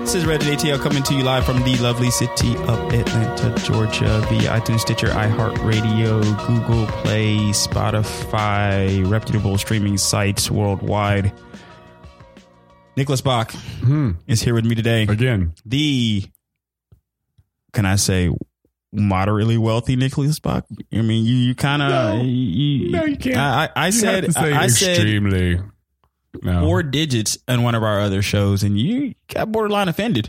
This is Reginald ATL coming to you live from the lovely city of Atlanta, Georgia, via iTunes, Stitcher, iHeartRadio, Google Play, Spotify, reputable streaming sites worldwide. Nicholas Bach is here with me today. Hmm. Again, The, can I say, moderately wealthy Nicholas Bach? I mean, you, you kind of. No. you, No, you can't. I, I, I you said, have to say I, I said extremely. No. four digits on one of our other shows, and you got borderline offended.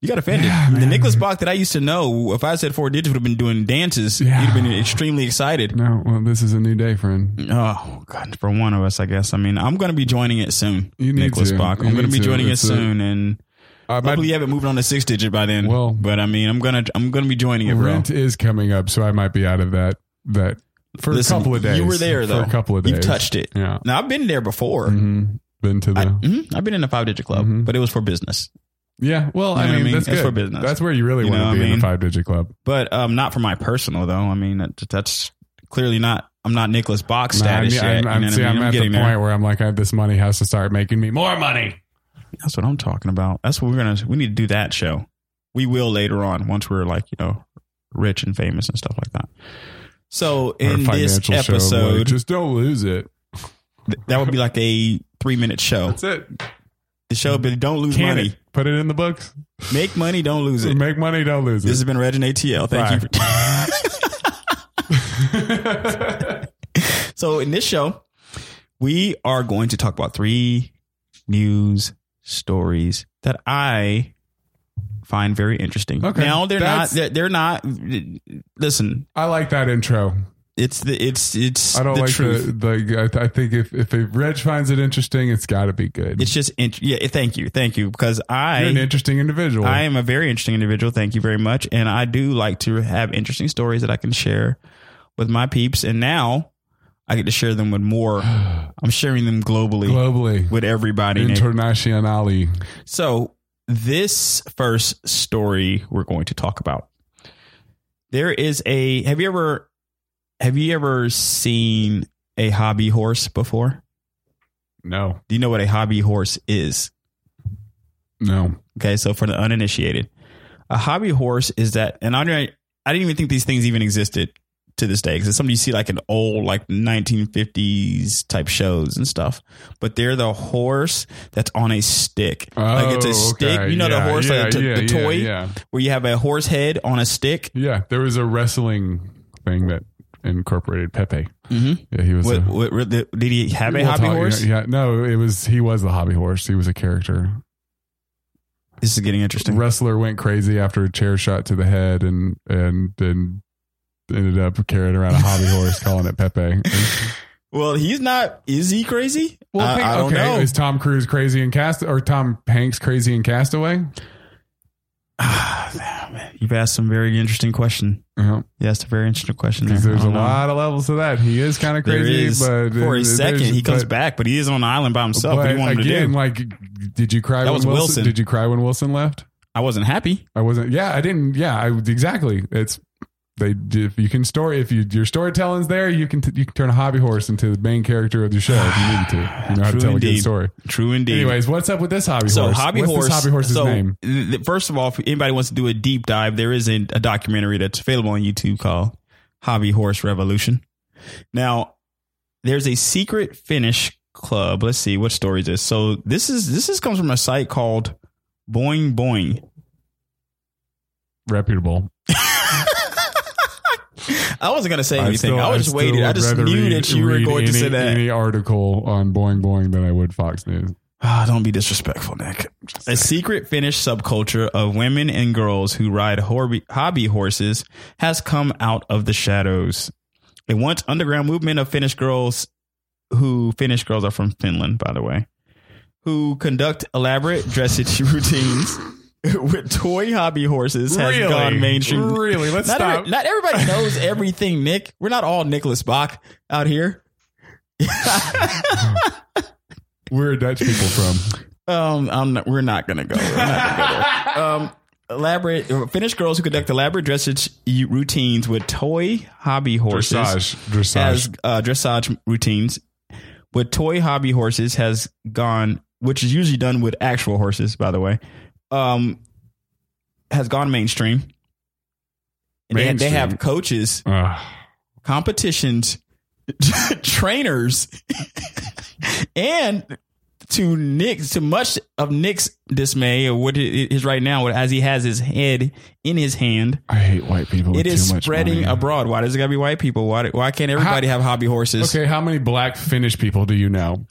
You got offended. the Nicholas Bach that I used to know, if I said four digits, would have been doing dances. Yeah. You'd have been extremely excited. no, well, this is a new day, friend. Oh God, for one of us, I guess. I mean, I'm going to be joining it soon, You need Nicholas to. Bach. You I'm going to be need to. joining It's it a- soon, and Uh, my hopefully, you haven't moved on to six digit by then. Well- but I mean, I'm gonna, I'm going to be joining it, bro. rent is coming up, so I might be out of that that for Listen, a couple of days. you were there though. For a couple of days, You've touched it. Yeah, Now I've been there before. Mhm. been to the I, have been in a five digit club, Mhm. but it was for business, yeah. Well, You I know what mean, Mm-hmm. I mean? that's That's good. for business. That's where you really uh, You want know to what be I in mean? the five digit club. but um, not for my personal though. I mean, that, that's clearly not. I'm not Nicholas Box status Nah, I'm, yet. I'm, you I'm, know what I see, mean? I'm I'm at the getting point there. where I'm like, I, this money has to start making me more money. That's what I'm talking about. That's what we're gonna. We need to do that show. We will later on once we're like you know rich and famous and stuff like that. So Or a in this financial show of, like, episode, just don't lose it. th- that would be like a three minute show. That's it. The show, but don't lose Can money. it? Put it in the books. Make money, don't lose it. Make money, don't lose This it. has been Reg and ATL. Thank you. For- So in this show, we are going to talk about three news stories that I find very interesting. Okay. Now they're That's- not they're, they're not listen, I like that intro. it's the it's it's I don't the like truth. the, the I, th- I think if if a Reg finds it interesting, it's got to be good. it's just int- yeah, eh, thank you. Thank you because You're an I interesting individual. I am a very interesting individual. Thank you very much and I do like to have interesting stories that I can share with my peeps and now I get to share them with more. I'm sharing them globally globally, with everybody. Nick. internationally. So, this first story we're going to talk about. There is a have you ever have you ever seen a hobby horse before? No, Do you know what a hobby horse is? no. Okay, so for the uninitiated, a hobby horse is that, and I didn't, I didn't even think these things even existed to this day because it's something you see like in old like 1950s type shows and stuff. But they're the horse that's on a stick, like it's a Oh, stick. okay. You know Yeah, the horse, yeah, like the, yeah, the toy, Yeah, where you have a horse head on a stick. yeah, yeah. There was a wrestling thing that incorporated Pepe. Mm-hmm. Yeah, he was. What, a, what, what- did he have a We'll hobby talk- horse? Yeah, no, it was he was the hobby horse. He was a character. This is getting interesting. Wrestler went crazy after a chair shot to the head, and and then ended up carrying around a hobby horse, calling it Pepe. Well, he's not. Is he crazy? I, think- I don't know. Is Tom Cruise crazy in Cast or Tom Hanks crazy in Castaway? Ah, man, You've asked some very interesting question. Yeah, Yeah, that's a very interesting question. There. because there's I a don't know. lot of levels to that. He is kind of There crazy, is. but for a there's- second he comes but- back, but he is on an island by himself. What do you want but him again, to do? like, did you cry? That when was Wilson. Did you cry when Wilson left? I wasn't happy. I wasn't. Yeah, I didn't. Yeah, I exactly. It's they. If you can story, if you your storytelling's there, you can t- you can turn a hobby horse into the main character of your show if you need to. You know how True to tell a indeed. good story. True indeed. Anyways, what's up with this hobby so horse? hobby what's horse. This hobby horse's so, name. th- th- first of all, if anybody wants to do a deep dive, there is a, a documentary that's available on YouTube called Hobby Horse Revolution. Now, there's a secret Finnish club. Let's see what story is this. So this is this is comes from a site called Boing Boing. Reputable. I wasn't gonna say anything. I, was just still waiting. I would just rather knew read- that you were read going to any- say that. Any article on Boing Boing than I would Fox News. Ah, don't be disrespectful, Nick. A secret Finnish subculture of women and girls who ride horby, hobby horses has come out of the shadows. A once underground movement of Finnish girls, who Finnish girls are from Finland, by the way, who conduct elaborate dressage routines with toy hobby horses has Really? gone mainstream. Really? Let's not, stop. every- not everybody knows everything, Nick. We're not all Nicholas Bach out here. Where are Dutch people from? Um, I'm not, we're not gonna go. We're not gonna go there. Um, elaborate uh, Finnish girls who conduct elaborate dressage y- routines with toy hobby horses Dressage. Dressage. as uh, dressage routines with toy hobby horses has gone, which is usually done with actual horses, by the way, um, has gone mainstream. And they- They, Mainstream. have coaches, Ugh. competitions, trainers, and to Nick's to much of Nick's dismay, or what it is right now, as he has his head in his hand, I hate white people. with it is too much spreading money. abroad. Why does it got to be white people? Why? Why can't everybody have hobby horses? Okay, how many black Finnish people do you know?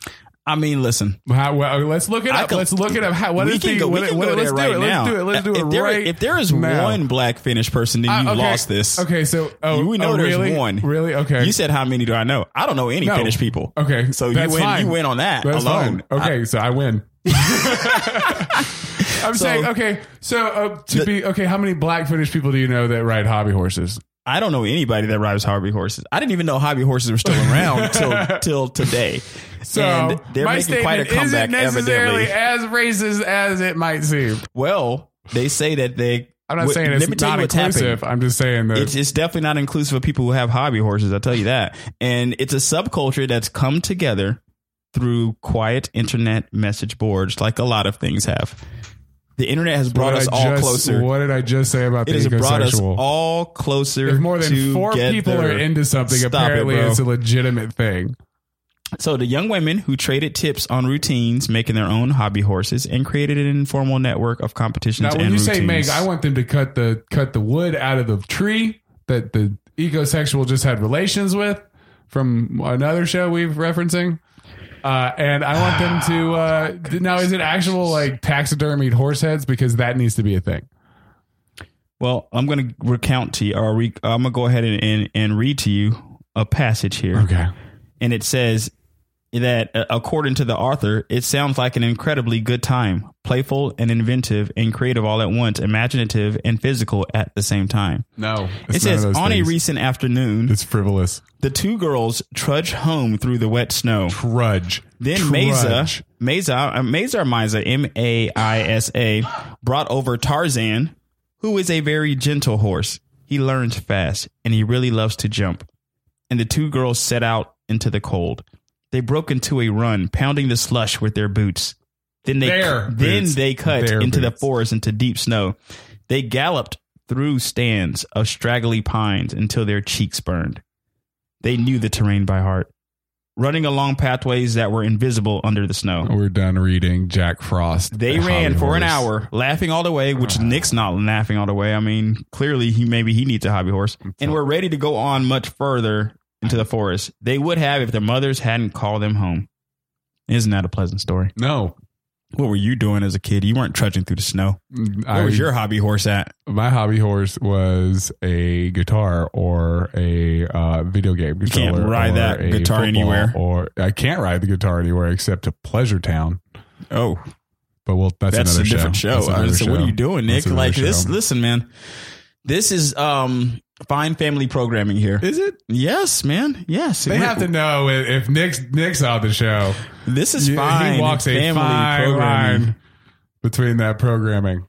I mean, listen, How, well, uh, let's look it I up. can- let's look it up. How, what we is can the? go. We what- can what- go let's there do right it. now. Let's do it. Let's do it if there, right. If there is now. one black Finnish person, then you Uh, okay. lost this. Okay, so oh, You know oh, there's really? one. Really? Okay. You said how many do I know? I don't know any No. Finnish people. okay. So you that's win. Fine. You win on that That's alone. fine. Okay, so I win. So- I'm saying okay. So uh, to The- be okay, how many black Finnish people do you know that ride hobby horses? I don't know anybody that rides hobby horses. I didn't even know hobby horses were still around till till today. So and they're my making quite a statement isn't comeback, necessarily evidently. as racist as it might seem. Well, they say that they. I'm not Wh- saying it's let me tell not you what's happening. inclusive. I'm just saying that It's, it's definitely not inclusive of people who have hobby horses. I tell you that, and it's a subculture that's come together through quiet internet message boards, like a lot of things have. The internet has brought What us I all just- closer. What did I just say about it the has brought us ecosexual? all closer. if more than four together. people are into something, Stop it, apparently bro. it's a legitimate thing. So the young women who traded tips on routines, making their own hobby horses, and created an informal network of Now, competitions when and you routines. say Meg, I want them to cut the cut the wood out of the tree that the ecosexual just had relations with from another show we've referencing. Uh, and I want them to uh, d- now. Is it actual like taxidermied horse heads? Because that needs to be a thing. well, I'm going to recount to you, or re- I'm going to go ahead and, and, and read to you a passage here. Okay. and it says that uh, according to the author, it sounds like an incredibly good time, playful and inventive and creative all at once, imaginative and physical at the same time. No. It says on a recent afternoon, It's frivolous. the two girls trudge home through the wet snow. Trudge. Then Trudge. Mesa, Mesa, uh, Mesa or Misa, M A I S A, brought over Tarzan, who is a very gentle horse. He learns fast and he really loves to jump. And the two girls set out into the cold. They broke into a run, pounding the slush with their boots. Then they Their then boots. they cut Their into the boots. forest into deep snow. They galloped through stands of straggly pines until their cheeks burned. They knew the terrain by heart, running along pathways that were invisible under the snow. We're done reading Jack Frost. Oh. They The ran Hobby for an Horse. hour, laughing all the way, which Nick's not laughing all the way. I mean, clearly he maybe he needs a hobby horse. And were ready to go on much further into the forest. They would have if their mothers hadn't called them home. Isn't that a pleasant story? No, What were you doing as a kid? You weren't trudging through the snow. Where I, was your hobby horse at? my hobby horse was a guitar or a uh, video game controller. can't ride or that a guitar football anywhere. or I can't ride the guitar anywhere except to Pleasure Town. Oh, But well, that's, that's, another a different show. That's another Uh, so what show. are you doing, Nick? That's another Like this? show. Listen, man, this is um fine family programming here. Is it? Yes, man. Yes, They have to know if, if Nick's Nick's on the show. This is You- fine. He walks a family fine programming. line between that programming.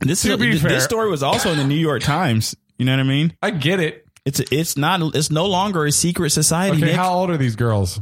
This To is, be this fair- story was also in the New York Times. You know what I mean? I get it. It's it's not it's no longer a secret society. Okay, Nick. how old are these girls?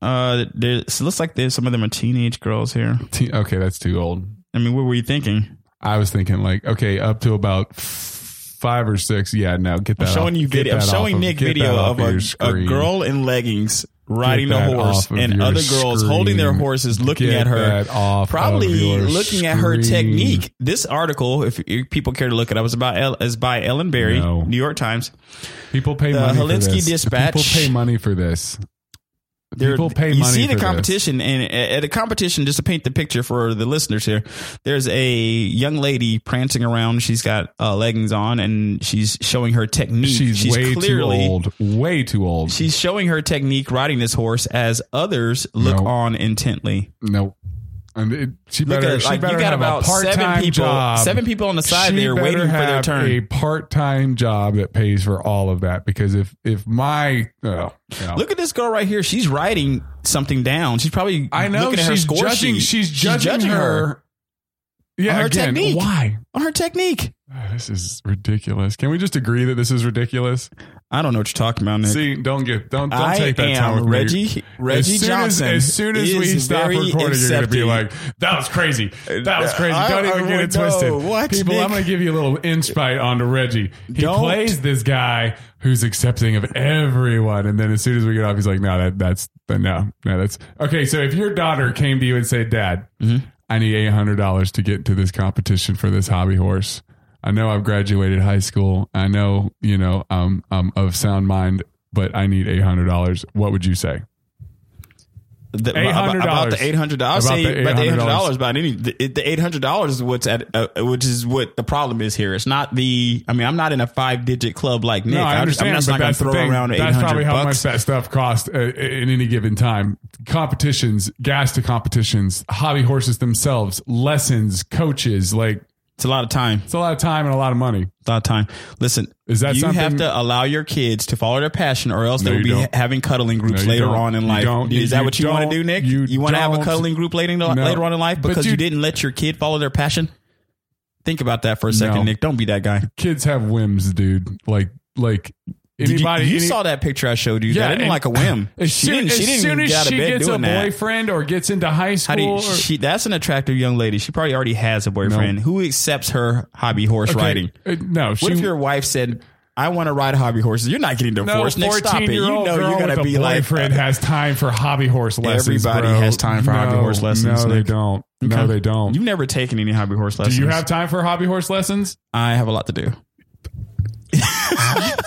uh, there, it looks like there's some of them are teenage girls here. Te- okay, that's too old. I mean, what were you thinking? I was thinking like, okay, up to about f- five or six. Yeah, no, get I'm that. showing off- you get video. I'm that off showing of- Nick get video that of off a, your a screen. girl in leggings riding a that horse off of and your other girls screen. holding their horses, looking Get at her, that off of probably your looking at her screen. technique. This article, if you- people care to look it up, is about El, is by Ellen Berry, No. New York Times. People pay The money Helsinki for this. Dispatch. People pay money for this. There- People pay you money see for the this. competition, and at a competition, just to paint the picture for the listeners here, there's a young lady prancing around. She's got uh, leggings on, and she's showing her technique. She's, way too old. Way too old. She's showing her technique riding this horse as others look No. on intently. no. And it, she Look better. at she like better you got have about a part-time seven people, job. seven people on the side She there better waiting for their have turn. A part-time job that pays for all of that. Because if if my oh, no. Look at this girl right here. She's writing something down. She's probably I know looking at her she's score judging. sheet. She's judging her. Yeah, On her again, technique. why? on her technique. Ah, This is ridiculous. Can we just agree that this is ridiculous? I don't know what you're talking about, Nick. See, don't get don't don't I take that am time with me. Reggie. Reggie as soon Johnson. As, as soon as we is stop very recording, you're going to be accepting. Uh, like, "That was crazy. That was crazy. I- Don't I- even get it no, twisted." what, People, Nick? I'm going to give you a little insight onto Reggie. He Don't. plays this guy who's accepting of everyone, and then as soon as we get off, he's like, "No, that that's uh, no, no, that's okay." So if your daughter came to you and said, "Dad, I need eight hundred dollars to get to this competition for this hobby horse." I know I've graduated high school. I know, you know, um, I'm of sound mind, but I need $800. What would you say? The- about, about the eight hundred dollars. About Say the about the eight hundred $800. dollars. About any the, the eight hundred dollars is what's at uh, which is what the problem is here. It's not the. I mean, I'm not in a five digit club like Nick. No, I just- understand. I'm just but not going to that's the throw thing. around eight That's probably hundred how bucks. much that stuff costs uh, in any given time. Competitions, gas to competitions, hobby horses themselves, lessons, coaches. Like It's a lot of time. it's a lot of time and a lot of money. It's a lot of time. Listen, Is that you something- have to allow your kids to follow their passion, or else they No, will you be don't. having cuddling groups you later don't. on in You life. don't. Is You that what you want don't. to do, Nick? You want to have a don't. cuddling group later, in- later on in life But because you- you didn't let your kid follow their passion? Think about that for a second, No. Nick. Don't be that guy. Kids have whims, dude. Like, like Did you- anybody. you any- saw that picture I showed you. Yeah, that and- didn't like a whim. As she soon, didn't. She as, didn't soon even as get out she of bed gets a doing that. boyfriend or gets into high school, How do you, or- she, that's an attractive young lady. She probably already has a boyfriend who accepts her hobby horse Okay, riding. uh, no, she, What if your wife said, "I want to ride hobby horses"? You're not getting no divorced. Nick, stop it. You fourteen-year-old know girl you're with gonna a be like. uh, boyfriend has time for hobby horse lessons. Everybody bro. has time for hobby No, horse lessons, No, they Nick. don't. No, Okay. they don't. You've never taken any hobby horse lessons. do you have time for hobby horse lessons? I have a lot to do.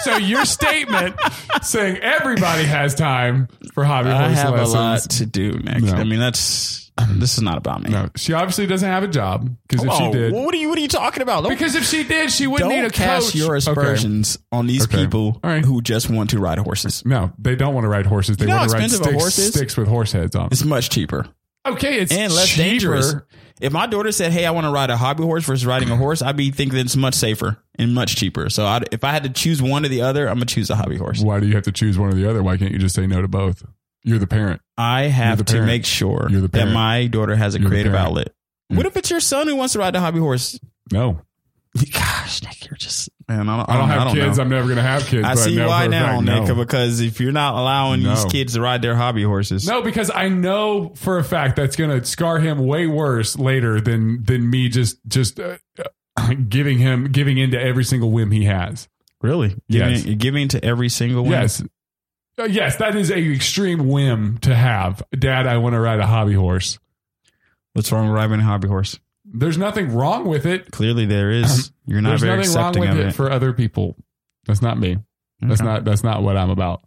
so your statement saying everybody has time for hobby I horse have lessons. a lot to do, Nick. No. I mean, that's this is not about me. No, she obviously doesn't have a job because if she Oh, did, what are you? What are you talking about? Don't because if she did, she wouldn't don't need a cast coach. your Okay. aspersions on these Okay. people All right. who just want to ride horses. No, they don't want to ride horses. They You know want how to ride expensive a sticks, horse is? sticks with horse heads on. It's much cheaper Okay, it's and less cheaper. dangerous. If my daughter said, "Hey, I want to ride a hobby horse versus riding a horse," I'd be thinking it's much safer and much cheaper. So, I'd, if I had to choose one or the other, I'm gonna choose a hobby horse. Why do you have to choose one or the other? Why can't you just say no to both? You're the parent. I the have to parent. make sure You're the that parent. my daughter has a You're the creative parent. Mm. outlet. What if it's your son who wants to ride the hobby horse? No, Gosh, Nick, you're just man. I don't, I don't have kids. Know. I'm never going to have kids. I but see know why for a now, fact, Nick, no. because if you're not allowing these No. kids to ride their hobby horses, No, because I know for a fact that's going to scar him way worse later than than me just just uh, uh, giving him giving into every single whim he has. really, Yes. giving, giving to every single one. Yes. Uh, yes, that is a extreme whim to have. Dad, I want to ride a hobby horse. What's wrong with riding a hobby horse? There's nothing wrong with it. Clearly, there is. You're not Um, There's very nothing wrong accepting with of it, it. for other people. That's not me. That's Okay. not that's not what I'm about.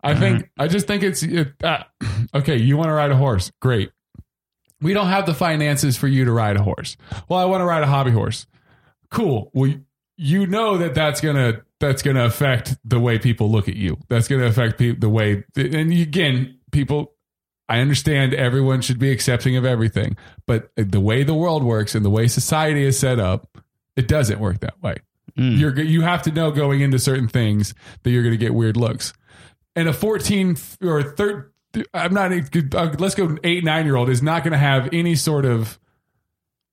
I All think I just think it's it, uh, okay. You want to ride a horse? Great. We don't have the finances for you to ride a horse. Well, I want to ride a hobby horse. Cool. Well, you- you know that that's gonna that's gonna affect the way people look at you. That's gonna affect pe- the way. And again, people. I understand everyone should be accepting of everything, but uh, the way the world works and the way society is set up, it doesn't work that way Mm. you're you have to know going into certain things that you're going to get weird looks. And a 14 or 13 I'm not uh, let's go 8 9 year old is not going to have any sort of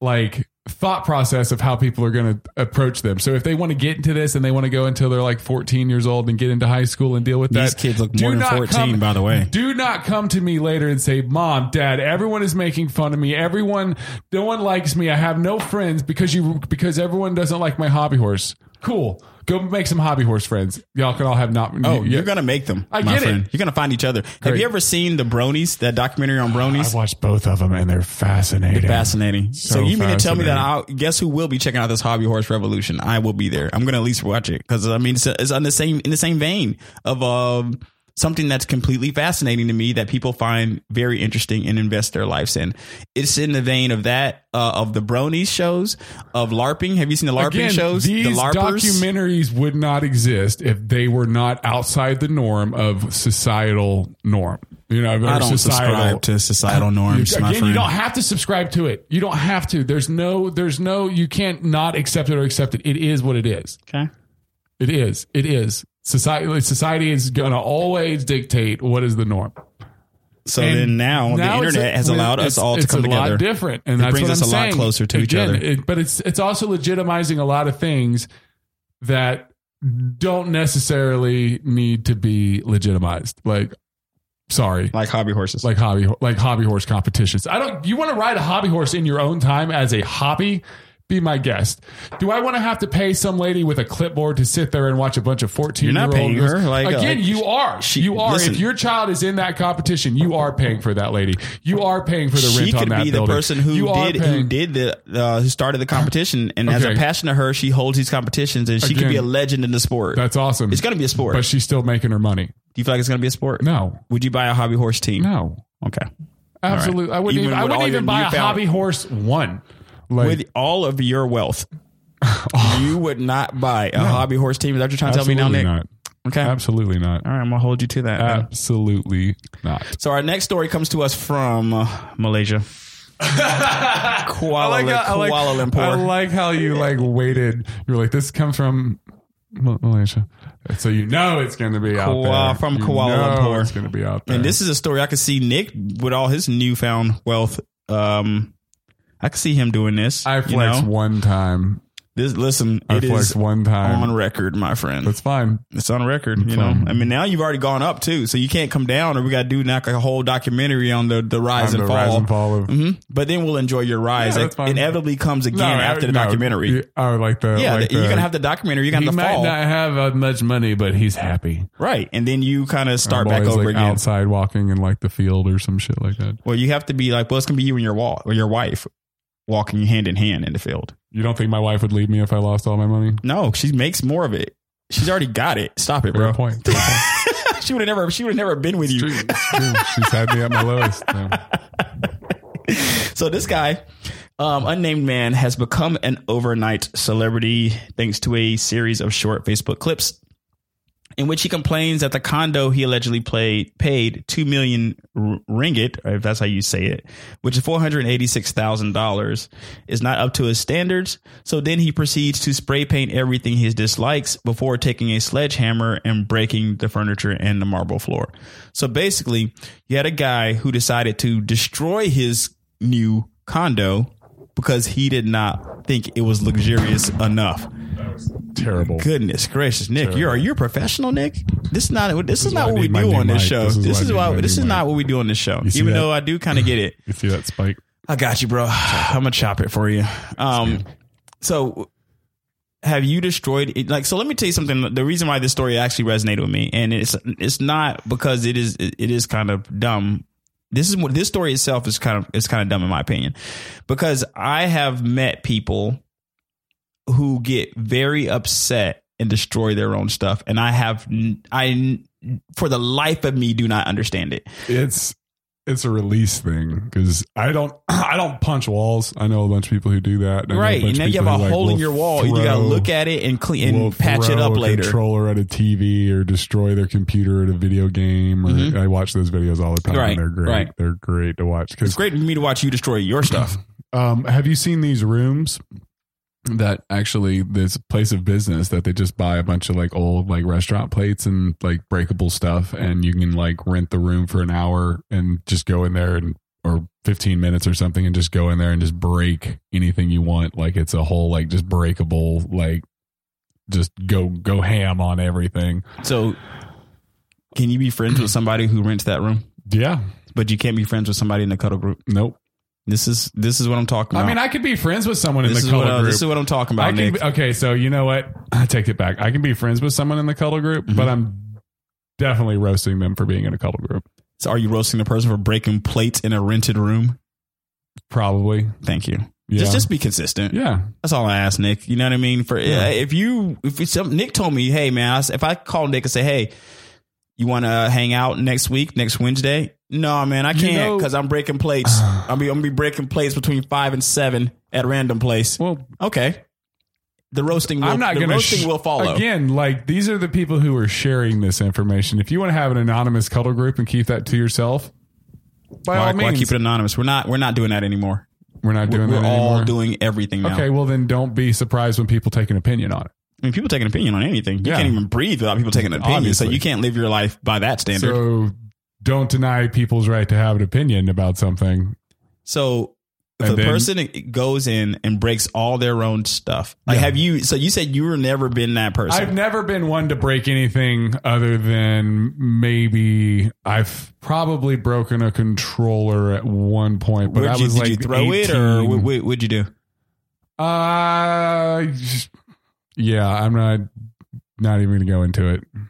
like thought process of how people are going to approach them. So if they want to get into this and they want to go until they're like 14 years old and get into high school and deal with These that kids look do more than not 14, come- by the way. do not come to me later and say, "Mom, Dad, everyone is making fun of me. Everyone, no one likes me. I have no friends because you because everyone doesn't like my hobby horse." Cool. Go make some hobby horse friends. Y'all can all have not. Oh, yeah. you're gonna make them. I my get it. friend. You're gonna find each other. Have Great. you ever seen the Bronies? That documentary on Bronies. I watched both of them and they're fascinating. Fascinating. So, you mean to tell me that I'll fascinating. guess who will be checking out this hobby horse revolution? I will be there. I'm going to at least watch it because I mean it's, it's on the same in the same vein of um, something that's completely fascinating to me that people find very interesting and invest their lives in. It's in the vein of that uh, of the Bronies shows of LARPing. Have you seen the LARPing Again, shows? these the documentaries would not exist if they were not outside the norm of societal norm. You know, I don't societal, subscribe to societal norms, You- my Again, friend. you don't have to subscribe to it. You don't have to. There's no. There's no. You can't not accept it or accept it. It is what it is. okay. It is. It is. Society. Society is gonna always dictate what is the norm. So And then now, the it's- internet has allowed us it's- all to it's come a together. Lot different, and It that's brings what us I'm a lot saying. closer to each Again, other. it- but it's it's also legitimizing a lot of things that don't necessarily need to be legitimized. Like, sorry, like hobby horses. like hobby like hobby horse competitions. I don't. You want to ride a hobby horse in your own time as a hobby? Be my guest. Do I want to have to pay some lady with a clipboard to sit there and watch a bunch of fourteen? You're not year old paying her. Like, uh, again, like, you are. she- you are. listen. if your child is in that competition, you are paying for that lady. You are paying for the she rent on could that be the building. person who you are did who paying- did the uh, who started the competition, and as a Okay. passion to her, she holds these competitions, and she could be a Again, legend in the sport. That's awesome. It's gonna be a sport. but she's still making her money. Do you feel like it's gonna be a sport? No, Would you buy a hobby horse team? no, Okay. absolutely. I wouldn't. Even Even, I with all wouldn't your even buy a newfound- hobby horse one. Like, With all of your wealth, you would not buy a hobby horse team. Is that what you're trying to tell me now, absolutely Nick? not. Okay. Absolutely not. All right, I'm gonna hold you to that. then. Absolutely not. So our next story comes to us from uh, Malaysia. Kuala, Kuala Lumpur. I like how you like waited. You were like, this comes from Ma- Malaysia, so you know it's going to be out Kuala- there from You Kuala know Lumpur. It's going to be out there. And this is a story I could see Nick with all his newfound wealth. Um, I could see him doing this. I you flexed know? one time. this. Listen, I it flexed is one time. on record, my friend. That's fine. It's on record. You know, fine. I mean, now you've already gone up too, so you can't come down, or we got to do like a whole documentary on the the rise, I'm and, the fall. rise and fall of hmm But then we'll enjoy your rise. It Yeah, that's fine. inevitably comes again No, after the no, documentary. you- Oh, like the yeah, like you're the- gonna have the documentary. You're gonna He have the might fall, not have uh, much money, but he's happy. right? And then you kind of start I'm back always, over like, again. outside walking in like the field or some shit like that. Well, you have to be like, well, it's gonna be you and your wall or your wife walking hand in hand in the field. You don't think my wife would leave me if I lost all my money? No, she makes more of it. She's already got it. Stop it, Fair bro. point. Fair point. she would have never. She would have never been with you. True, true. She's had me at my lowest. No. So this guy, um, unnamed man, has become an overnight celebrity thanks to a series of short Facebook clips in which he complains that the condo he allegedly played paid two million r- ringgit, or if that's how you say it, which is four hundred eighty-six thousand dollars, is not up to his standards. So then he proceeds to spray paint everything he dislikes before taking a sledgehammer and breaking the furniture and the marble floor. So basically, you had a guy who decided to destroy his new condo because he did not think it was luxurious enough. Terrible. Goodness gracious, Nick, you're are you a professional, Nick? This is not this, is why not I what we need my do new on this mic. show. This is This why I is need why my this new is mic. not what we do on this show. see Even that? though I do kind of get it. You see that spike? I got you, bro. I'm gonna chop it for you. Um, so have you destroyed it? like so let me tell you something the reason why this story actually resonated with me and it's it's not because it is it is kind of dumb this is what this story itself is kind of is kind of dumb in my opinion because i have met people who get very upset and destroy their own stuff and i have n- i n- for the life of me do not understand it It's it's a release thing because I don't I don't punch walls. I know a bunch of people who do that. and I know a right and bunch of now you have people a who, like, hole in will your wall you gotta throw- look at it and clean will and patch it throw up a later Controller at a TV or destroy their computer at a video game. Or Mhm. I watch those videos all the time. Right, and they're great. right. They're great to watch. it's Because great for me to watch you destroy your stuff um, have you seen these rooms? That actually, this place of business that they just buy a bunch of like old like restaurant plates and like breakable stuff, and you can like rent the room for an hour and just go in there and or fifteen minutes or something, and just go in there and just break anything you want. Like it's a whole like just breakable like just go go ham on everything. so can you be friends with somebody who rents that room Yeah. but you can't be friends with somebody in the cuddle group Nope. This is this is what I'm talking about. I mean, I could be friends with someone in this the is what color I- group. this is what I'm talking I about, can Nick. be, okay, so you know what? I take it back. I can be friends with someone in the cuddle group, Mm-hmm. but I'm definitely roasting them for being in a cuddle group. so are you roasting the person for breaking plates in a rented room? Probably. Thank you. Yeah. Just just be consistent. yeah. That's all I ask, Nick. You know what I mean? For uh, Yeah. if you if it's some, Nick told me, hey man, I s if I call Nick and say, hey, you want to hang out next week, next Wednesday? No, man, I You can't know- because I'm breaking plates. I'll be I'm gonna be breaking plates between five and seven at random place. Well, Okay. The roasting. Will, I'm not the going to. roasting will follow. Again, like these are the people who are sharing this information. If you want to have an anonymous cuddle group and keep that to yourself, by Why, all why means, keep it anonymous? We're not. We're not doing that anymore. we're not doing we're that all anymore. doing everything now. okay, well then, don't be surprised when people take an opinion on it. I mean, people take an opinion on anything. You Yeah. can't even breathe without people taking an opinion. So Obviously. you can't live your life by that standard. So don't deny people's right to have an opinion about something. So if And a then- person goes in and breaks all their own stuff, like Yeah. have you? So you said you were never been that person. I've never been one to break anything other than maybe I've probably broken a controller at one point, but Where'd I you, was did like you throw it or 18. what, what, would you do? Uh, yeah, I'm not not even gonna go into it. I'm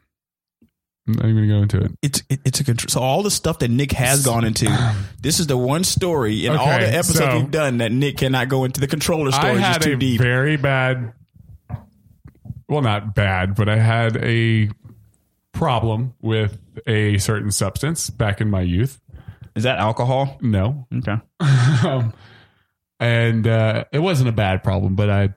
not even gonna go into it. It's it- it's a control. So all the stuff that Nick has gone into, this is the one story in all Okay, the episodes so- we've done that Nick cannot go into the controller I story. It's had too a deep. very bad, well, not bad, but I had a problem with a certain substance back in my youth. Is that alcohol? No, Okay. um, and uh, it wasn't a bad problem, but I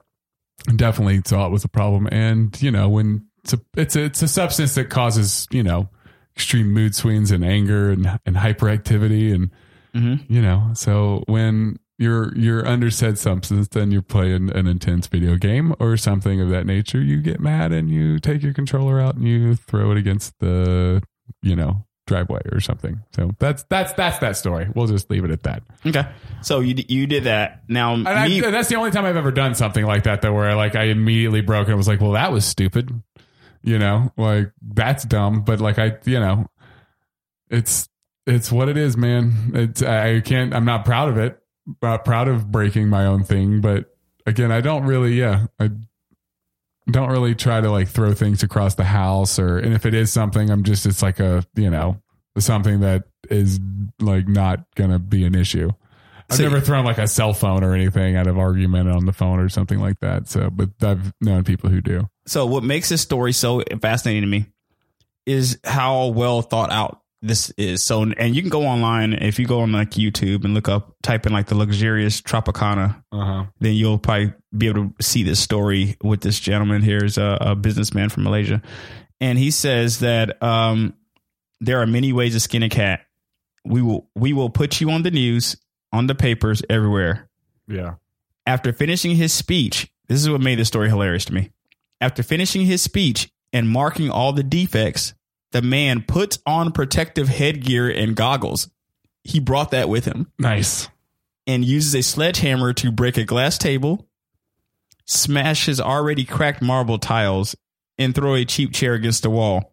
definitely saw it was a problem. And you know, when it's a it's a, it's a substance that causes you know extreme mood swings and anger and and hyperactivity, and Mhm. you know, so when you're you're under said substance, then you're playing an intense video game or something of that nature. You get mad and you take your controller out and you throw it against the you know driveway or something. So that's that's that's that story. We'll just leave it at that. Okay. So you d- you did that. Now And I, me- that's the only time I've ever done something like that, though, where I, like I immediately broke and was like, "Well, that was stupid," you know, like that's dumb. But like I, you know, it's it's what it is, man. It's I I can't. I'm not proud of it. Not proud of breaking my own thing, but again, I don't really. Yeah, I don't really try to like throw things across the house or. And if it is something, I'm just it's like a you know something that is like not gonna be an issue. I've So- never thrown like a cell phone or anything out of argument on the phone or something like that. So, but I've known people who do. so what makes this story so fascinating to me is how well thought out this is so and you can go online if you go on like youtube and look up type in like the luxurious tropicana Uh-huh. then you'll probably be able to see this story with this gentleman here is a, a businessman from malaysia and he says that um, there are many ways to skin a cat we will we will put you on the news on the papers everywhere Yeah. after finishing his speech, this is what made the story hilarious to me. After finishing his speech and marking all the defects, the man puts on protective headgear and goggles. He brought that with him Nice. and uses a sledgehammer to break a glass table, smash his already cracked marble tiles, and throw a cheap chair against the wall.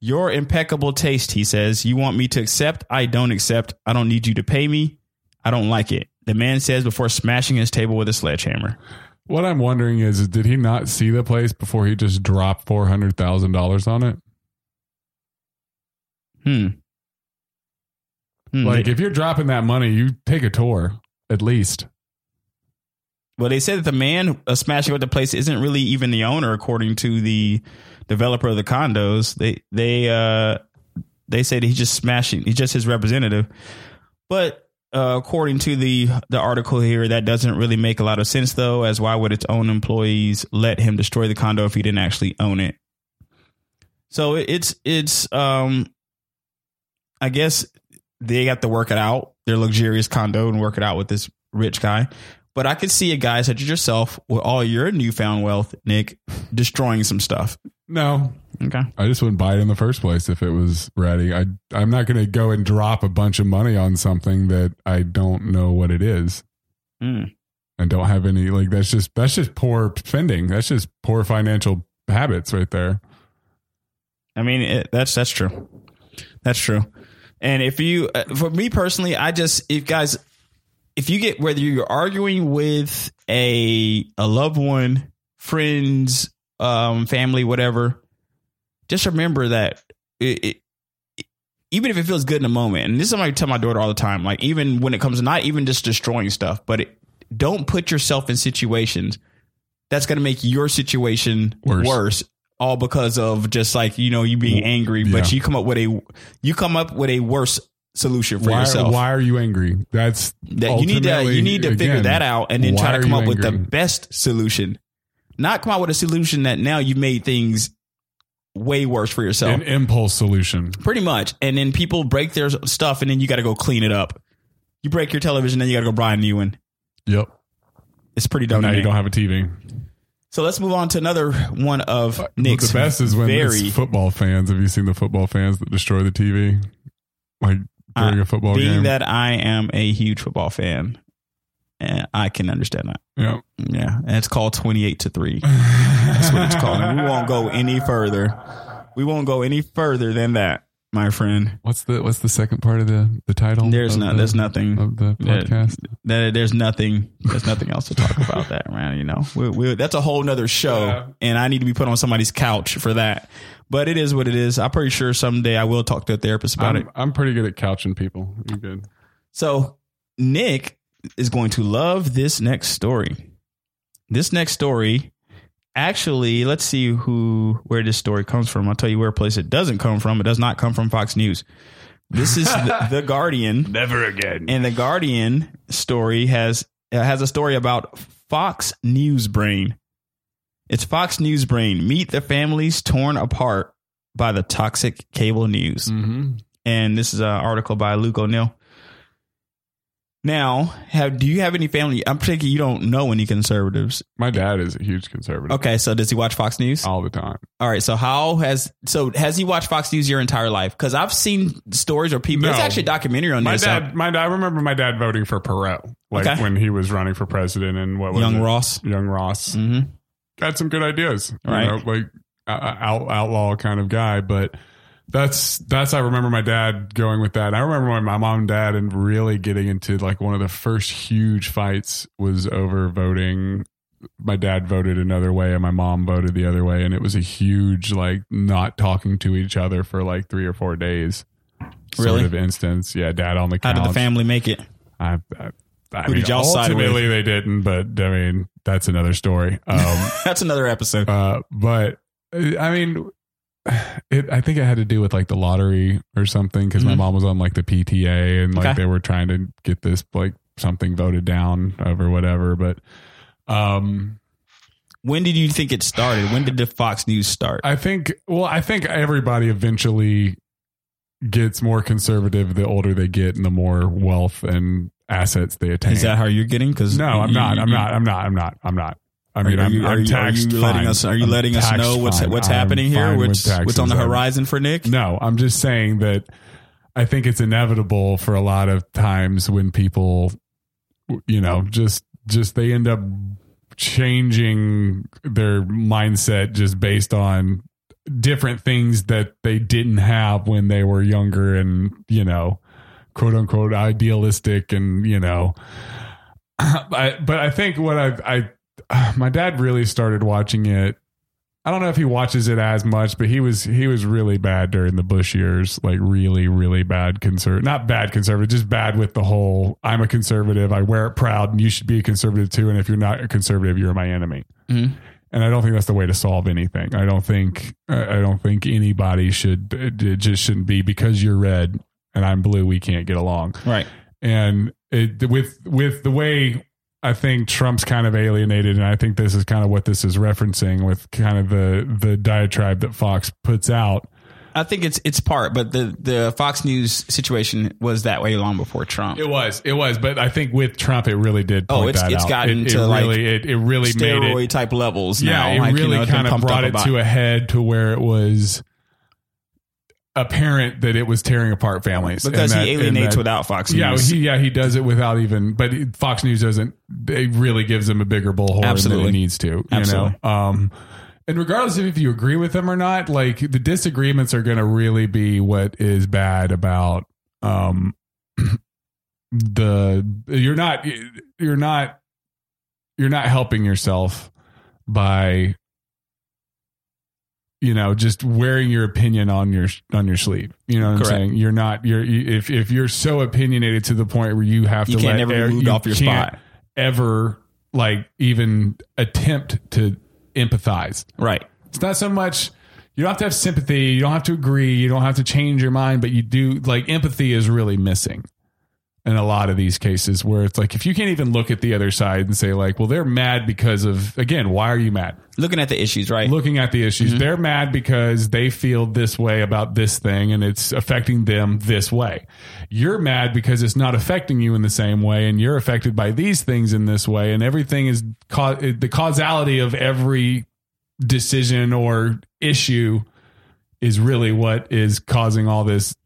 Your impeccable taste, he says. You want me to accept? I don't accept. I don't need you to pay me. I don't like it. The man says before smashing his table with a sledgehammer. What I'm wondering is, is did he not see the place before he just dropped four hundred thousand dollars on it? Hmm. Hmm, Like, they- if you're dropping that money, you take a tour at least. well, they said that the man uh, smashing up the place isn't really even the owner, according to the developer of the condos. They they uh they said he's just smashing. He's just his representative. But uh, according to the the article here, that doesn't really make a lot of sense, though. As why would its own employees let him destroy the condo if he didn't actually own it? So it- it's it's um, I guess they got to work it out their luxurious condo and work it out with this rich guy. But I could see a guy such as yourself with all your newfound wealth, Nick, destroying some stuff. No, Okay. I just wouldn't buy it in the first place if it was ready. I I'm not going to go and drop a bunch of money on something that I don't know what it is. Mm. and don't have any like that's just that's just poor spending that's just poor financial habits right there I mean, it, that's that's true. That's true. And if you, uh, for me personally, I just if guys, if you get whether you're arguing with a a loved one, friends, um, family, whatever, just remember that it, it, even if it feels good in the moment, and this is something I tell my daughter all the time, like even when it comes to not even just destroying stuff, but it, don't put yourself in situations that's going to make your situation Worse. worse. all because of just like you know you being angry, but Yeah. you come up with a you come up with a worse solution for why, yourself. why are you angry that's that you need to ultimately, you need to figure again, that out and then why try to are come you up with the angry? best solution. Not come out with a solution that now you made things way worse for yourself. an impulse solution Pretty much. And then people break their stuff and then you got to go clean it up. You break your television, then you got to go buy a new one. yep It's pretty dumb. now to you me. don't have a tv So let's move on to another one of Nick's the best is when very it's football fans have you seen the football fans that destroy the tv like during a football Uh, Being game. that I am a huge football fan, and I can understand that. yeah. Yeah, and it's called twenty-eight to three. That's what it's called. And we won't go any further. We won't go any further than that, my friend. What's the what's the second part of the the title? There's of not. the- There's nothing. of the Yeah. podcast. There, there's nothing. There's nothing else to talk about that, man. You know, we, we, that's a whole nother show, Yeah. and I need to be put on somebody's couch for that. But it is what it is. I'm pretty sure someday I will talk to a therapist about it. I'm, I'm pretty good at couching people. You're good. So Nick is going to love this next story. This next story, actually, let's see who where this story comes from. I'll tell you where a place it doesn't come from. It does not come from Fox News. This is the, the Guardian, Never again. and the Guardian story has uh, has a story about Fox News brain. It's Fox News brain. Meet the families torn apart by the toxic cable news hmm and this is an article by Luke O'Neill. Now, have do you have any family? I'm thinking you don't know any conservatives. My dad is a huge conservative Okay, so does he watch Fox News? all the time. All right, so how has so has he watched Fox News your entire life? Because I've seen stories or people. It's No. actually a documentary on My this. uh, dad, my dad. I remember my dad voting for Perot, like Okay. when he was running for president, and what was Young it? Ross. Young Ross hmm had some good ideas, you Right. know, like uh, uh, out, outlaw kind of guy. But that's that's I remember my dad going with that. And I remember my, my mom and dad and really getting into like one of the first huge fights was over voting. My dad voted another way and my mom voted the other way, and it was a huge like not talking to each other for like three or four days. Really? Sort of instance, yeah. Dad on the How couch. did the family make it? I, I, I Who mean, did y'all side with? ultimately they didn't, but I mean that's another story. Um, That's another episode. uh, but uh, I mean, it, I think it had to do with like the lottery or something because my Mhm. mom was on like the PTA and like Okay. they were trying to get this like something voted down over whatever. But um, When did you think it started? When did the Fox News start? I think, well, I think everybody eventually gets more conservative the older they get and the more wealth and assets they attain. Is that how you're getting? Because No, I'm not. I'm not. I'm not. I'm not. I'm not. I mean, are I'm, you, are I'm you- are taxed you letting fine. us? Are you I'm letting us taxed know what's fine. what's I'm happening here? fine with What's what's on the taxes. I'm- horizon for Nick? No, I'm just saying that I think it's inevitable for a lot of times when people, you know, just just they end up changing their mindset just based on different things that they didn't have when they were younger and you know quote unquote idealistic and you know I, but i think what i i my dad really started watching it i don't know if he watches it as much but he was he was really bad during the bush years like really really bad conservative not bad conservative just bad with the whole i'm a conservative i wear it proud and you should be a conservative too and if you're not a conservative you're my enemy Mhm. and I don't think that's the way to solve anything. I don't think I I don't think anybody should. It it just shouldn't be because you're red and I'm blue. We can't get along. Right. And it, with with the way I think Trump's kind of alienated, and I think this is kind of what this is referencing with kind of the the diatribe that Fox puts out. I think it's it's part, but the the Fox News situation was that way long before Trump. It was, it was, but I think with Trump, it really did. Oh, Point it's- that it's out. gotten it, it to, like, really, it, it really made it Steroid type levels. now. Yeah, it like, you really know, it's been kind of pumped brought up it about- to a head to where it was apparent that it was tearing apart families because and that- he and alienates that- without Fox News. Yeah, he, yeah, he does it without even. But he- Fox News doesn't. It really gives him a bigger bullhorn Absolutely. than it needs to. You Absolutely. know. Um, and regardless of if you agree with him or not, like the disagreements are going to really be what is bad about um the you're not you're not you're not helping yourself by you know just wearing your opinion on your on your sleeve you know what Correct. i'm saying you're not you're you- if if you're so opinionated to the point where you have You to can't let never be air- moved you off your can't spot. ever like even attempt to empathize right. it's not so much you don't have to have sympathy you don't have to agree you don't have to change your mind but you do like empathy is really missing in a lot of these cases where it's like if you can't even look at the other side and say like well they're mad because of again why are you mad Looking at the issues, right? looking at the issues. They're mad because they feel this way about this thing and it's affecting them this way. You're mad because it's not affecting you in the same way and you're affected by these things in this way and everything is ca- the causality of every decision or issue is really what is causing all this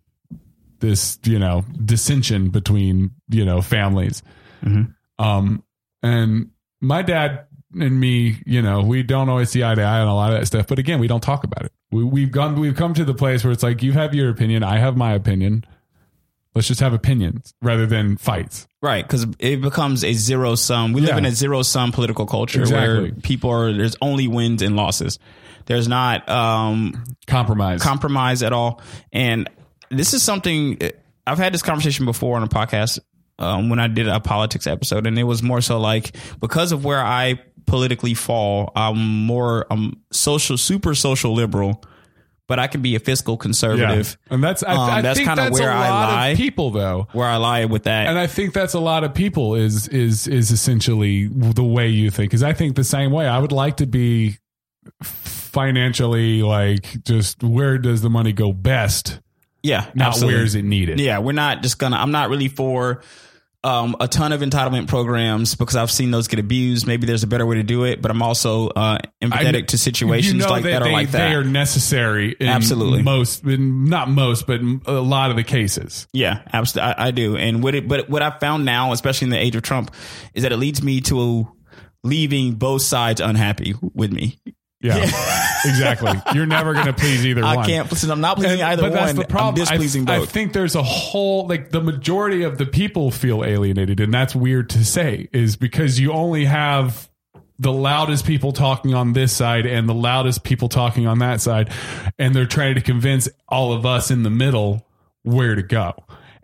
this you know dissension between you know families. Mhm. Um, and my dad and me, you know, we don't always see eye to eye on a lot of that stuff. But again, we don't talk about it. We, we've gone, we've come to the place where it's like you have your opinion, I have my opinion. Let's just have opinions rather than fights. Right, because it becomes a zero sum. We Yeah. live in a zero sum political culture Exactly. where people are there's only wins and losses. There's not um, Compromise. compromise at all. And this is something I've had this conversation before on a podcast um, when I did a politics episode, and it was more so like because of where I politically fall, I'm more I'm social, super social liberal, but I can be a fiscal yeah. conservative. And that's I, Um, I that's think kinda that's where a I lot lie. of people though. Where I lie with that, and I think that's a lot of people is is is essentially the way you think. Because I think the same way. I would like to be financially like just where does the money go best, yeah, not absolutely. where is it needed. Yeah, we're not just gonna. I'm not really for um, a ton of entitlement programs because I've seen those get abused. Maybe there's a better way to do it, but I'm also uh, empathetic to situations You know like that, or they, like that. They are necessary. In Absolutely. most in, not most, but in a lot of the cases. yeah, absolutely. I, I do. And what it, but what I found now, especially in the age of Trump, is that it leads me to leaving both sides unhappy with me. Yeah, exactly. You're never going to please either I one. can't. Since I'm not pleasing either but one. that's the problem. I'm displeasing I, I both. think there's a whole like the majority of the people feel alienated, and that's weird to say, is because you only have the loudest people talking on this side and the loudest people talking on that side, and they're trying to convince all of us in the middle where to go.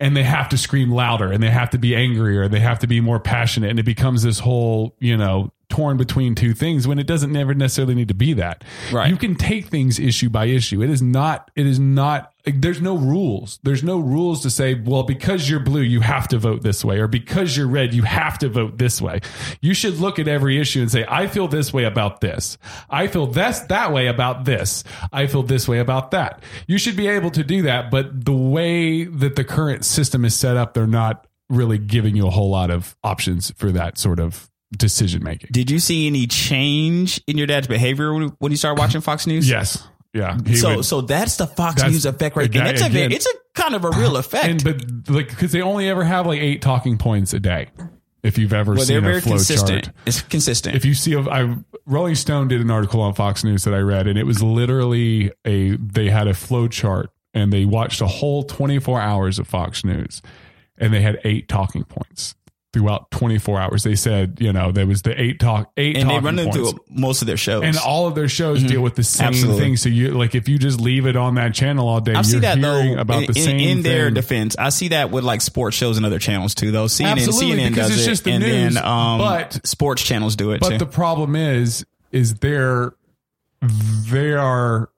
And they have to scream louder and they have to be angrier and they have to be more passionate. And it becomes this whole, you know, torn between two things when it doesn't never necessarily need to be that. Right. You can take things issue by issue. It is not, it is not, like, there's no rules. There's no rules to say, well, because you're blue, you have to vote this way, or because you're red, you have to vote this way. You should look at every issue and say, I feel this way about this. I feel this, that way about this. I feel this way about that. You should be able to do that. But the way that the current system is set up, they're not really giving you a whole lot of options for that sort of decision making. Did you see any change in your dad's behavior when when you started watching Fox News? Yes. Yeah. He So, would- so that's the Fox That's- News effect, right? again- and it's a again- ve- it's a kind of a real effect. and but like because they only ever have like eight talking points a day. If you've ever But seen they're a very flow consistent. chart, It's consistent. if you see a I, Rolling Stone did an article on Fox News that I read, and it was literally a they had a flow chart and they watched a whole 24 hours of Fox News, and they had eight talking points throughout 24 hours. They said, you know, there was the eight talk eight and they talking run them points. through most of their shows. and all of their shows deal with the same Absolutely. thing. So you like if you just leave it on that channel all day, I you're see that hearing though. about in, the same in, in their thing. defense, I see that with like sports shows and other channels too. Though CNN, Absolutely, CNN because does it's it, just the and news, then um, but- sports channels do it But too. the problem is, is they're they are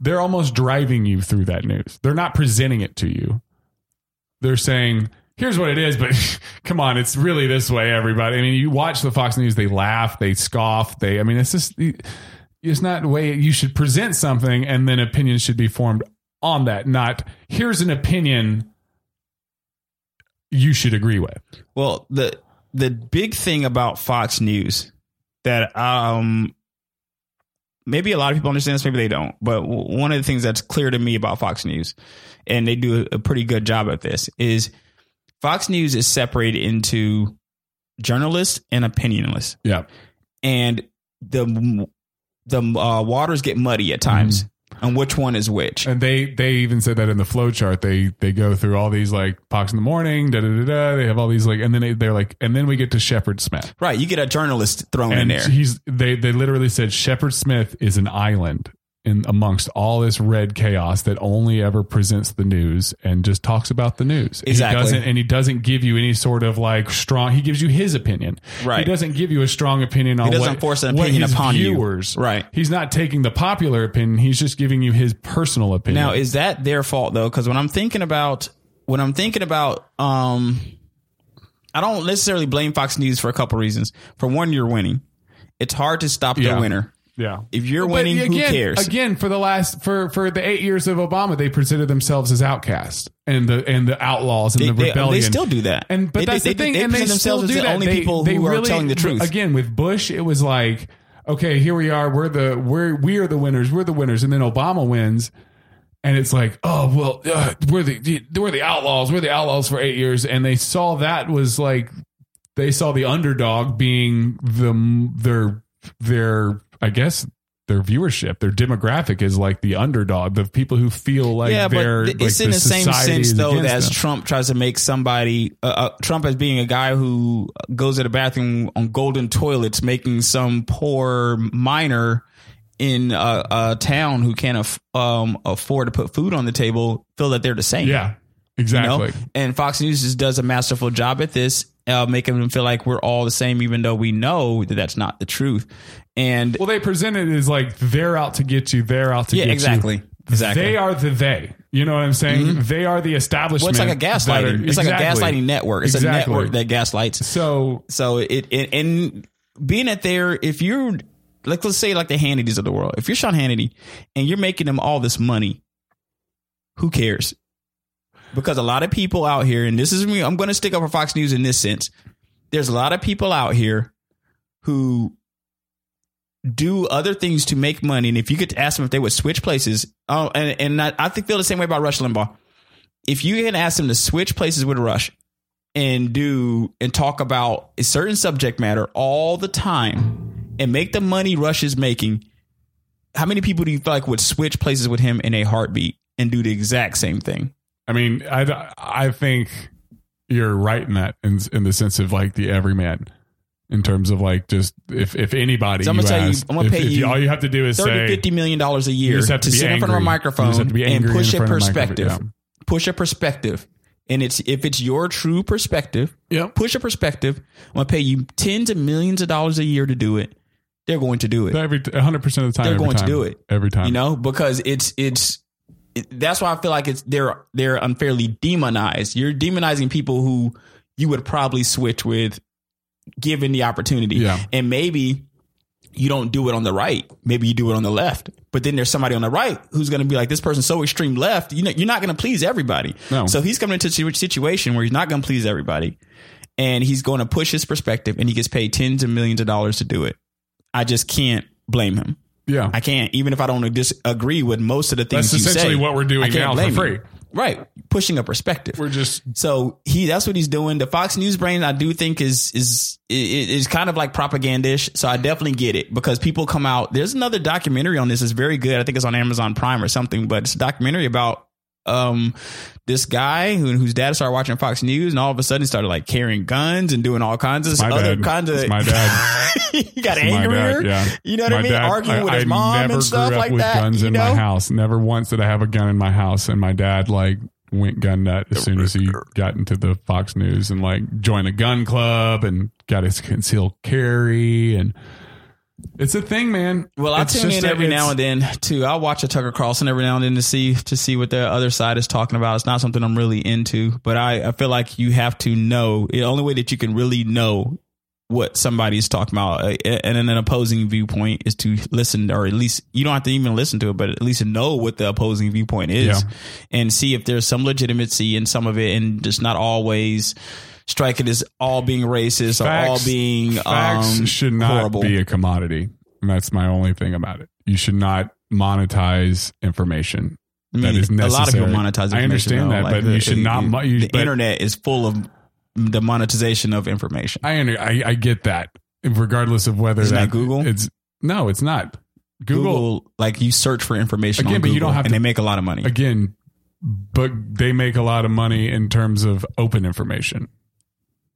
they're almost driving you through that news. They're not presenting it to you. They're saying, "Here's what it is," but come on, it's really this way, everybody. I mean, you watch the Fox News, they laugh, they scoff, they. I mean, it's just it's not the way you should present something, and then opinions should be formed on that. Not here's an opinion you should agree with. well, the the big thing about Fox News that um maybe a lot of people understand this, maybe they don't. But w- one of the things that's clear to me about Fox News, and they do a, a pretty good job at this, is Fox News is separated into journalists and opinionists. Yeah. and the the uh, waters get muddy at times Mm-hmm. on which one is which. And they they even said that in the flow chart. They they go through all these like Fox in the morning, da da da da. They have all these like, and then they, they're like, and then we get to Shepard Smith, Right, you get a journalist thrown in and there. he's they they literally said Shepard Smith is an island in amongst all this red chaos that only ever presents the news and just talks about the news. Exactly. He doesn't, and he doesn't give you any sort of like strong. He gives you his opinion. Right. He doesn't give you a strong opinion on. He doesn't what, force an what opinion his upon you. viewers. Right. He's not taking the popular opinion. He's just giving you his personal opinion. Now, is that their fault though? Because when I'm thinking about when I'm thinking about, um, I don't necessarily blame Fox News for a couple reasons. For one, you're winning. It's hard to stop Yeah. the winner. yeah. If you're But winning, again, who cares? Again, for the last for for the eight years of Obama, they presented themselves as outcasts and the and the outlaws and They- the they, rebellion. they still do that. And but They- that's they, the they- thing, They, and they present still themselves do as the that. only They- people they who are really- telling the truth. Again, with Bush, it was like, okay, here we are. We're the we're we are the winners. We're the winners, and then Obama wins. and it's like, oh well, uh, we're the we're the outlaws. We're the outlaws for eight years, and they saw that was like they saw the underdog being the their their I guess their viewership, their demographic is like the underdog, the people who feel like yeah, they're but th- it's like in the the same society sense is though against that as them. Trump tries to make somebody uh, uh, Trump as being a guy who goes to the bathroom on golden toilets, making some poor miner in a, a town who can't aff- um, afford to put food on the table feel that they're the same. yeah, you know? exactly. And Fox News just does a masterful job at this, uh, making them feel like we're all the same, even though we know that that's not the truth. And Well, they present it as like they're out to get you, they're out to yeah, get you. exactly, exactly. Mm-hmm. They are the they. You know what I'm saying? They are the establishment. well, it's like a that are- gaslighting. It's like a Exactly. gaslighting network. It's Exactly. a network that gaslights. So So it, it and being at there, if you're like let's say like the Hannity's of the world, if you're Sean Hannity and you're making them all this money, who cares? Because a lot of people out here, and this is me, I'm going to stick up for Fox News in this sense. There's a lot of people out here who do other things to make money, and if you could ask them if they would switch places, oh, and and I, I think feel the same way about Rush Limbaugh. If you can ask them to switch places with Rush, and do and talk about a certain subject matter all the time and make the money Rush is making, how many people do you feel like would switch places with him in a heartbeat and do the exact same thing? I mean, I I think you're right in that in in the sense of like the everyman. In terms of like just if if anybody So I'm gonna you tell you- ask, I'm gonna if- pay if you all you have to do is 30, say 50 million dollars a you year just have to, to be sit in front angry. of a You just have microphone to be and angry in push a front of a microphone, perspective. Push a perspective. And it's if it's your true perspective, Yeah. Yep. push a perspective. I'm gonna pay you tens of millions of dollars a year to do it. They're going to do it. Every 100 percent of the time, They're every going to time. do it. every time. you know because it's it's it, that's why i feel like it's they're they're unfairly demonized you're demonizing people who you would probably switch with given the opportunity Yeah. and maybe you don't do it on the right maybe you do it on the left but then there's somebody on the right who's going to be like this person's so extreme left you know you're not going to please everybody No. so he's coming into a situ- situation where he's not going to please everybody and he's going to push his perspective and he gets paid tens of millions of dollars to do it i just can't blame him yeah, I can't, even if I don't disagree with most of the things that's you essentially say. what we're I doing can't now for blame free. you. Right, pushing a perspective. We're just so he, that's what he's doing. The Fox News brain, I do think is is i- i- is kind of like propagandish. So I definitely get it because people come out. There's another documentary on this. It's very good. I think it's on Amazon Prime or something. But it's a documentary about um this guy who, whose dad started watching Fox News and all of a sudden started like carrying guns and doing all kinds of my other dad. kinds It's of. my dad. he got It's my dad, angrier. yeah. You know what I My mean? dad- Arguing with I- his I mom never and stuff grew up like with that. Guns you in know? my house. Never once did I have a gun in my house, and my dad like went gun nut as soon as he got into the Fox News and like joined a gun club and got his concealed carry and. It's a thing, man. Well, I It's tune just in a- every it's- now and then too. I'll watch a Tucker Carlson every now and then to see to see what the other side is talking about. It's not something I'm really into, but I, I feel like you have to know the only way that you can really know what somebody's talking about uh, and in an opposing viewpoint is to listen or at least you don't have to even listen to it but at least know what the opposing viewpoint is Yeah. and see if there's some legitimacy in some of it and just not always strike it as all being racist or all Facts- being facts um, should not horrible. be a commodity. And that's my only thing about it. You should not monetize information. I that mean, is A lot of necessary. people monetize. I information, understand though. uh, that, but you should not mo- you- the but- internet is full of the monetization of information. I under, I, I get that, regardless of whether Isn't that that- Google? It's no, it's not Google, like you search for information Again, on but you Google, don't have and to- they make a lot of money. again, but they make a lot of money in terms of open information.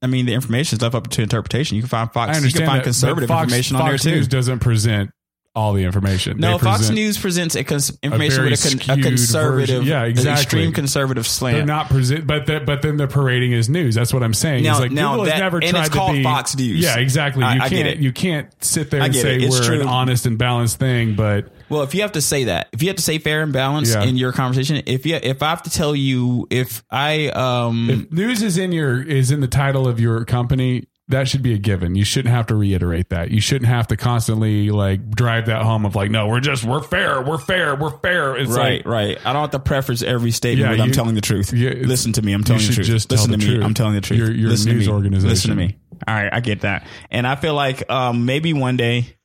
I mean, the information is left up to interpretation. You can find I Fox. You understand can find that, conservative but Fox, information on Fox there News too. doesn't present all the information. No, They Fox present- News presents a cons- information very with a, con- a skewed conservative, version. Yeah, an exactly. extreme conservative They're slant. not present, but the, but then they're parading as news. That's what I'm saying. Now- it's like now Google that- has never and it's tried to called be Fox News. Yeah, exactly. You I- I can't get it. you can't sit there I and get say it. It's we're true. an honest and balanced thing, but Well, if you have to say that, if you have to say fair and balanced Yeah. in your conversation, if you if I have to tell you if I um If news is in your is in the title of your company, that should be a given. You shouldn't have to reiterate that. You shouldn't have to constantly like drive that home of like, no, we're just we're fair, we're fair, we're fair. It's Right, like right. I don't have to preface every statement Yeah, with I'm you- telling the truth. yeah, it's- Listen to me, I'm telling you the should truth. just tell Listen the to me, truth. I'm telling the truth. You're- you're a Listen news to me. organization. Listen to me. All right, I get that. And I feel like um, maybe one day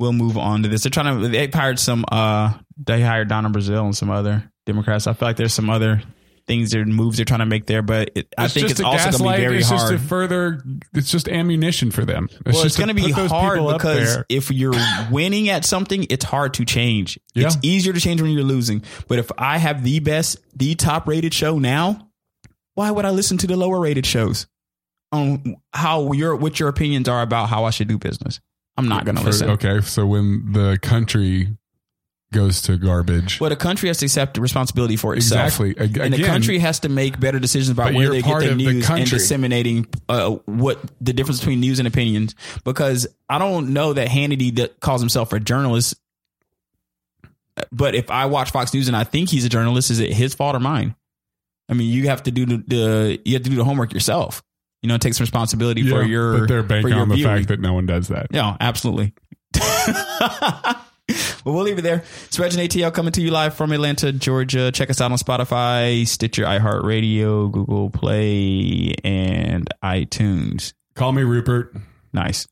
we'll move on to this. They're trying to they hired some uh they hired Donna Brazil and some other Democrats. I feel like there's some other things or moves they're trying to make there, but it, I think it's a also going to be very it's hard. just a further. It's just ammunition for them. It's well, it's just going to be put those hard people up because there. if you're winning at something, it's hard to change. It's Yeah. easier to change when you're losing. But if I have the best, the top rated show now, why would I listen to the lower rated shows on how your what your opinions are about how I should do business? I'm not going to For- listen. Okay, so when the country goes to garbage, Well, the country has to accept responsibility for itself. exactly. A- Again, and the country has to make better decisions about But where you're they get part their of the news and country. disseminating uh, what the difference between news and opinions. Because I don't know that Hannity that calls himself a journalist, uh, but if I watch Fox News and I think he's a journalist, is it his fault or mine? I mean, you have to do the, the you have to do the homework yourself. You know, take some responsibility yeah, for your but they're for banking your on the viewing. fact that no one does that. Yeah, absolutely. but we'll leave it there. Stretch and ATL coming to you live from Atlanta, Georgia. Check us out on Spotify, Stitcher, iHeartRadio, Google Play, and iTunes. Call me Rupert. Nice.